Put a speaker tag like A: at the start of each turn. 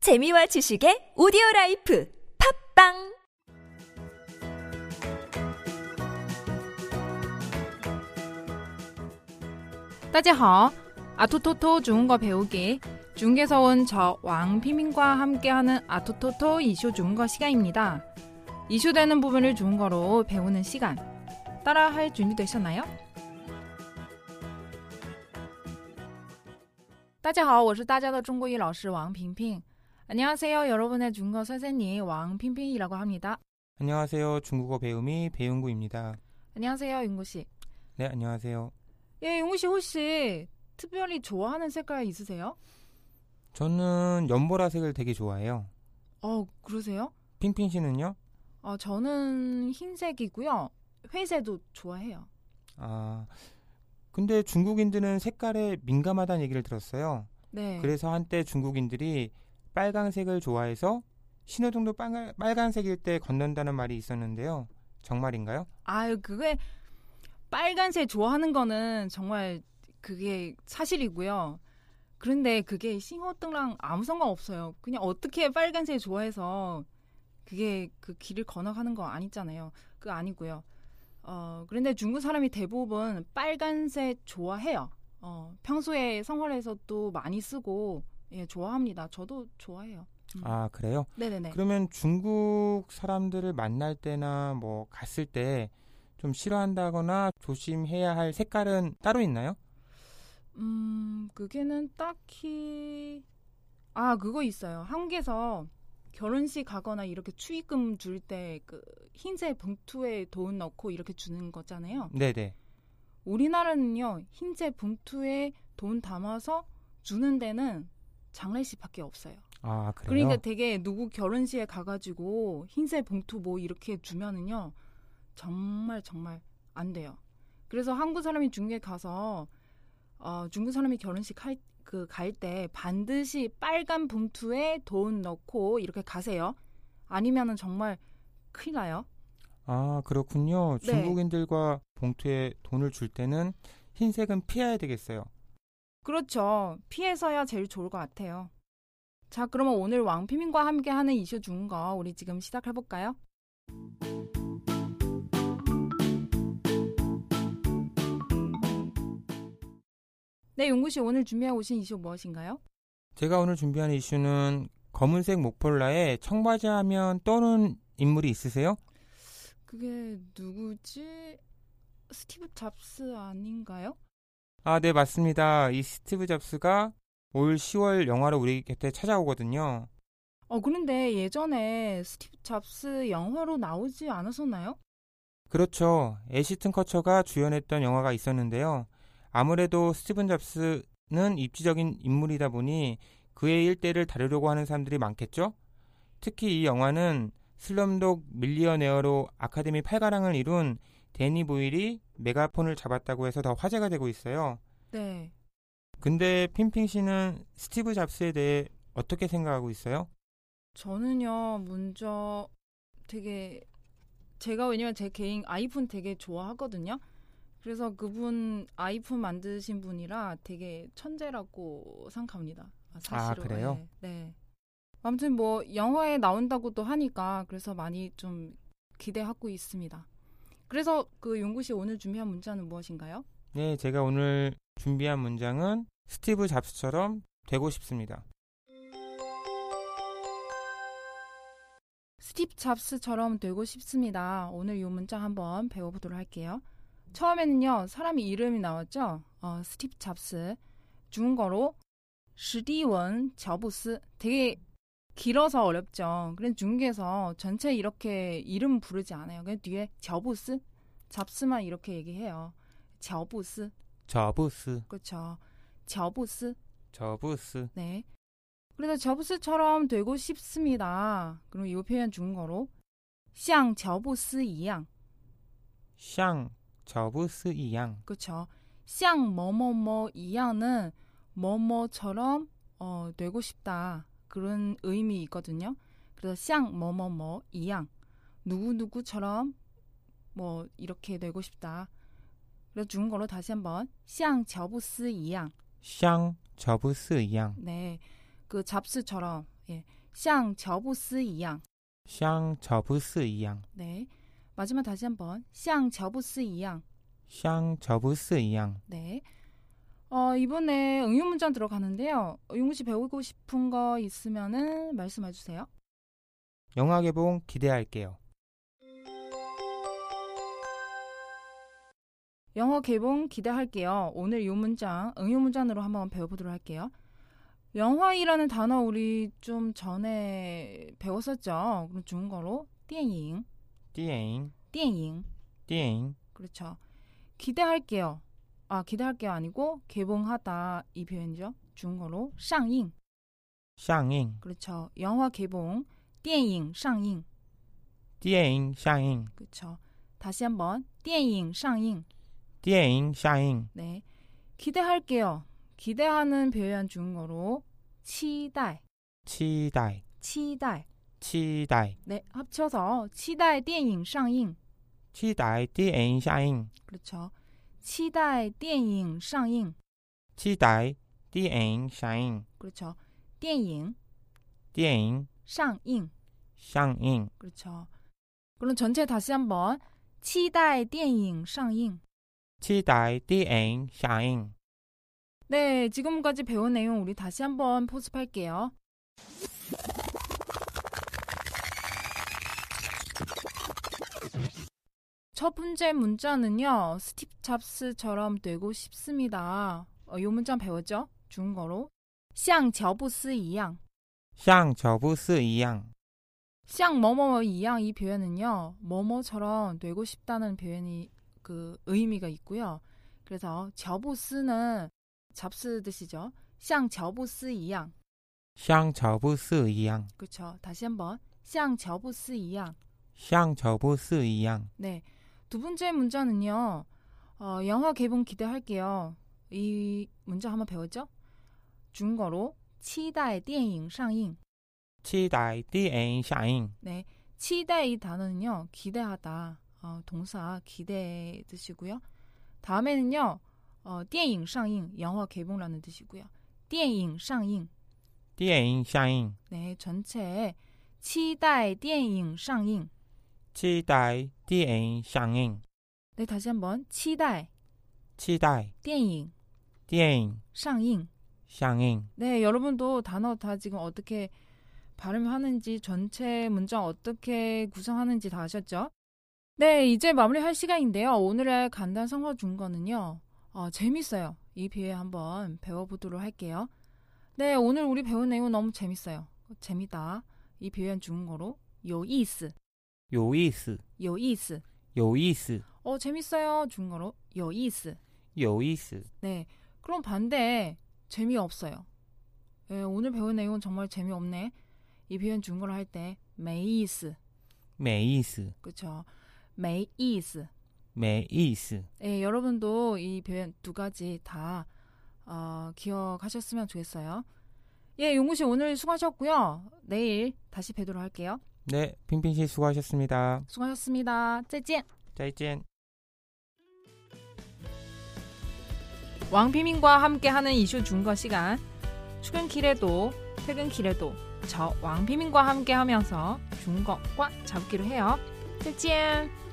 A: 재미와 지식의 오디오 라이프 팝빵
B: 따지하 아토토토 중국어 배우기 중국에서 온 저 왕피민과 함께하는 아토토토 이슈 중국어 시간입니다. 이슈되는 부분을 중국어로 배우는 시간 따라할 준비되셨나요? 大家好，我是大家的中国语老师王萍萍。 안녕하세요, 여러분의 중국어 선생님 왕핑핑이라고 합니다.
C: 안녕하세요. 중국어 배움이 배용구입니다.
B: 안녕하세요, 윤구 씨.
C: 네, 안녕하세요.
B: 예, 윤구 씨 혹시 특별히 좋아하는 색깔 있으세요?
C: 저는 연보라색을 되게 좋아해요.
B: 어, 그러세요?
C: 핑핑 씨는요?
B: 어, 저는 흰색이고요. 회색도 좋아해요.
C: 아, 근데 중국인들은 색깔에 민감하다는 얘기를 들었어요.
B: 네.
C: 그래서 한때 중국인들이 빨강색을 좋아해서 신호등도 빨, 빨간색일 때 건넌다는 말이 있었는데요. 정말인가요?
B: 아유, 그게 빨간색 좋아하는 거는 정말 그게 사실이고요. 그런데 그게 신호등랑 아무 상관 없어요. 그냥 어떻게 빨간색 좋아해서 그게 그 길을 건너가는 거 아니잖아요. 그거 아니고요. 어, 그런데 중국 사람이 대부분 빨간색 좋아해요. 어, 평소에 생활에서도 많이 쓰고 예, 좋아합니다. 저도 좋아해요. 음.
C: 아, 그래요?
B: 네네네.
C: 그러면 중국 사람들을 만날 때나 뭐 갔을 때 좀 싫어한다거나 조심해야 할 색깔은 따로 있나요?
B: 음, 그게는 딱히 아 그거 있어요. 한국에서 결혼식 가거나 이렇게 추의금 줄 때 그 흰색 봉투에 돈 넣고 이렇게 주는 거잖아요.
C: 네네.
B: 우리나라는요 흰색 봉투에 돈 담아서 주는 데는 장례식밖에 없어요.
C: 아, 그래요?
B: 그러니까 되게 누구 결혼식에 가가지고 흰색 봉투 뭐 이렇게 주면은요 정말 정말 안 돼요. 그래서 한국 사람이 중국에 가서 어, 중국 사람이 결혼식 할 그 갈 때 반드시 빨간 봉투에 돈 넣고 이렇게 가세요. 아니면은 정말 큰일 나요.
C: 아, 그렇군요.
B: 네.
C: 중국인들과 봉투에 돈을 줄 때는 흰색은 피해야 되겠어요.
B: 그렇죠. 피해서야 제일 좋을 것 같아요. 자, 그러면 오늘 왕피민과 함께하는 이슈 중거 우리 지금 시작해 볼까요? 네, 용구 씨 오늘 준비해 오신 이슈 무엇인가요?
C: 제가 오늘 준비한 이슈는 검은색 목폴라에 청바지 하면 떠오르는 인물이 있으세요?
B: 그게 누구지? 스티브 잡스 아닌가요?
C: 아, 네, 맞습니다. 이 스티브 잡스가 올 10월 영화로 우리 곁에 찾아오거든요.
B: 어, 그런데 예전에 스티브 잡스 영화로 나오지 않았었나요?
C: 그렇죠. 애시튼 커처가 주연했던 영화가 있었는데요. 아무래도 스티븐 잡스는 입지적인 인물이다 보니 그의 일대를 다루려고 하는 사람들이 많겠죠? 특히 이 영화는 슬럼독 밀리어네어로 아카데미 8가랑을 이룬 데니 보일이 메가폰을 잡았다고 해서 더 화제가 되고 있어요.
B: 네.
C: 근데 핑핑 씨는 스티브 잡스에 대해 어떻게 생각하고 있어요?
B: 저는요 먼저 되게 제가 왜냐면 제 개인 아이폰 되게 좋아하거든요. 그래서 그분 아이폰 만드신 분이라 되게 천재라고 생각합니다. 아, 사실은.
C: 그래요?
B: 네. 네. 아무튼 뭐 영화에 나온다고 또 하니까 그래서 많이 좀 기대하고 있습니다. 그래서 그 용구 씨 오늘 준비한 문자는 무엇인가요?
C: 네, 제가 오늘 준비한 문장은 스티브 잡스처럼 되고 싶습니다.
B: 스티브 잡스처럼 되고 싶습니다. 오늘 이 문자 한번 배워보도록 할게요. 처음에는요, 사람이 이름이 나왔죠? 어, 스티브 잡스. 중국어로 스티원 저부스. 되게 길어서 어렵죠. 그래서 중국에서 전체 이렇게 이름 부르지 않아요. 그냥 뒤에 저부스, 잡스만 이렇게 얘기해요. 저부스,
C: 저부스,
B: 그렇죠. 저부스.
C: 저부스.
B: 네. 그래서 저부스처럼 되고 싶습니다. 그럼 이 표현 중국어로 像 저부스 이양.
C: 샹, 저부스 이양.
B: 그렇죠. 像 뭐뭐뭐 이양은 뭐뭐처럼 어, 되고 싶다. 그런 의미이거든요. 그래서 像 뭐뭐뭐 이양. 누구누구처럼 뭐 이렇게 되고 싶다. 그래서 중국어로 다시 한번 像 저부스 이양.
C: 샹, 저부스 이양.
B: 네. 그 잡스처럼 예. 샹 저부스 이양.
C: 샹 저브스 이양.
B: 네. 마지막 다시 한번. 샹 저부스 이양.
C: 샹 저브스 이양.
B: 네. 어, 이번에 응용 문장 들어가는데요. 용우 씨 배우고 싶은 거 있으면은 말씀해 주세요.
C: 영화 개봉 기대할게요.
B: 영어 개봉 기대할게요. 오늘 이 문장 응용 문장으로 한번 배워보도록 할게요. 영화이라는 단어 우리 좀 전에 배웠었죠. 그럼 중국어로 电影,
C: 띠에잉.
B: 电影.
C: 띠에잉.
B: 그렇죠. 기대할게요. 아, 기대할게요 아니고 개봉하다 이 표현이죠. 중국어로 上映.
C: 샹잉.
B: 그렇죠. 영화 개봉, 电影上映.
C: 띠에잉 샹잉.
B: 그렇죠. 다시 한번 电影上映.
C: 띠에잉 샹잉.
B: 네. 기대할게요. 기대하는 표현 중국어로 期待,
C: 치다이.
B: 期待.
C: 치다이.
B: 네, 합쳐서 期待电影上映.
C: 치다이 띠에잉 샹잉.
B: 그렇죠. 期待电影上映.
C: 치다이 띠에잉 샹잉.
B: 그렇죠. 电影
C: 띠에잉
B: 上映.
C: 샹잉.
B: 그렇죠. 그럼 전체 다시 한번 期待电影上映.
C: 치다이 띠에잉 샹잉.
B: 네, 지금까지 배운 내용 우리 다시 한번 포습할게요. 첫 번째 문자는요. 스티브 잡스처럼 되고 싶습니다. 어, 요 문자 배웠죠? 중국어로 像乔布斯一样
C: 샹 저브스 이양.
B: 像뭐뭐 이양 이 표현은요. 뭐뭐처럼 되고 싶다는 표현이 그 의미가 있고요. 그래서 저보스는 잡스 드시죠. 像乔布斯一样
C: 샹 저브스 이양.
B: 그렇죠. 다시 한번 像乔布斯一样
C: 샹 저브스 이양.
B: 네. 두 번째 문자는요. 어, 영화 개봉 기대할게요. 이 문자 한번 배웠죠? 중국어로 期待电影上映.
C: 치다이 띠에잉 샹잉.
B: 네. 期待 이 단어는요. 기대하다. 어, 동사 기대 뜻이고요. 다음에는요. 어, 电影上映 영화 개봉이라는 뜻이고요. 电影上映.
C: 띠에잉 샹잉.
B: 네, 전체에 期待电影上映.
C: 치다이 띠에잉 샹잉.
B: 네, 다시 한번 期待
C: 치다이
B: 电影
C: 띠에잉
B: 上映.
C: 샹잉.
B: 네, 여러분도 단어 다 지금 어떻게 발음하는지 전체 문장 어떻게 구성하는지 다 아셨죠? 네, 이제 마무리할 시간인데요. 오늘의 간단 성어 중거는요. 어, 재밌어요. 이 비에 한번 배워보도록 할게요. 네, 오늘 우리 배운 내용 너무 재밌어요. 재미다. 이 표현 중거로 요이스,
C: 요이스.
B: 요이스.
C: 요이스.
B: 어, 재밌어요. 중거로 요이스.
C: 요이스.
B: 네. 그럼 반대에 재미없어요. 예, 오늘 배운 내용은 정말 재미없네. 이 표현 중국어로 할때 메이스.
C: 메이스.
B: 그쵸 메이스.
C: 메이스.
B: 예, 여러분도 이 표현 두 가지 다 어, 기억하셨으면 좋겠어요. 예, 용구 씨 오늘 수고하셨고요. 내일 다시 뵈도록 할게요.
C: 네, 핑핑 씨 수고하셨습니다.
B: 수고하셨습니다. 짜잔.
C: 짜이젠.
B: 왕피민과 함께하는 이슈 준거 시간 출근길에도 퇴근길에도 저 왕피민과 함께하면서 준거꽉 잡기로 해요. 짜잔!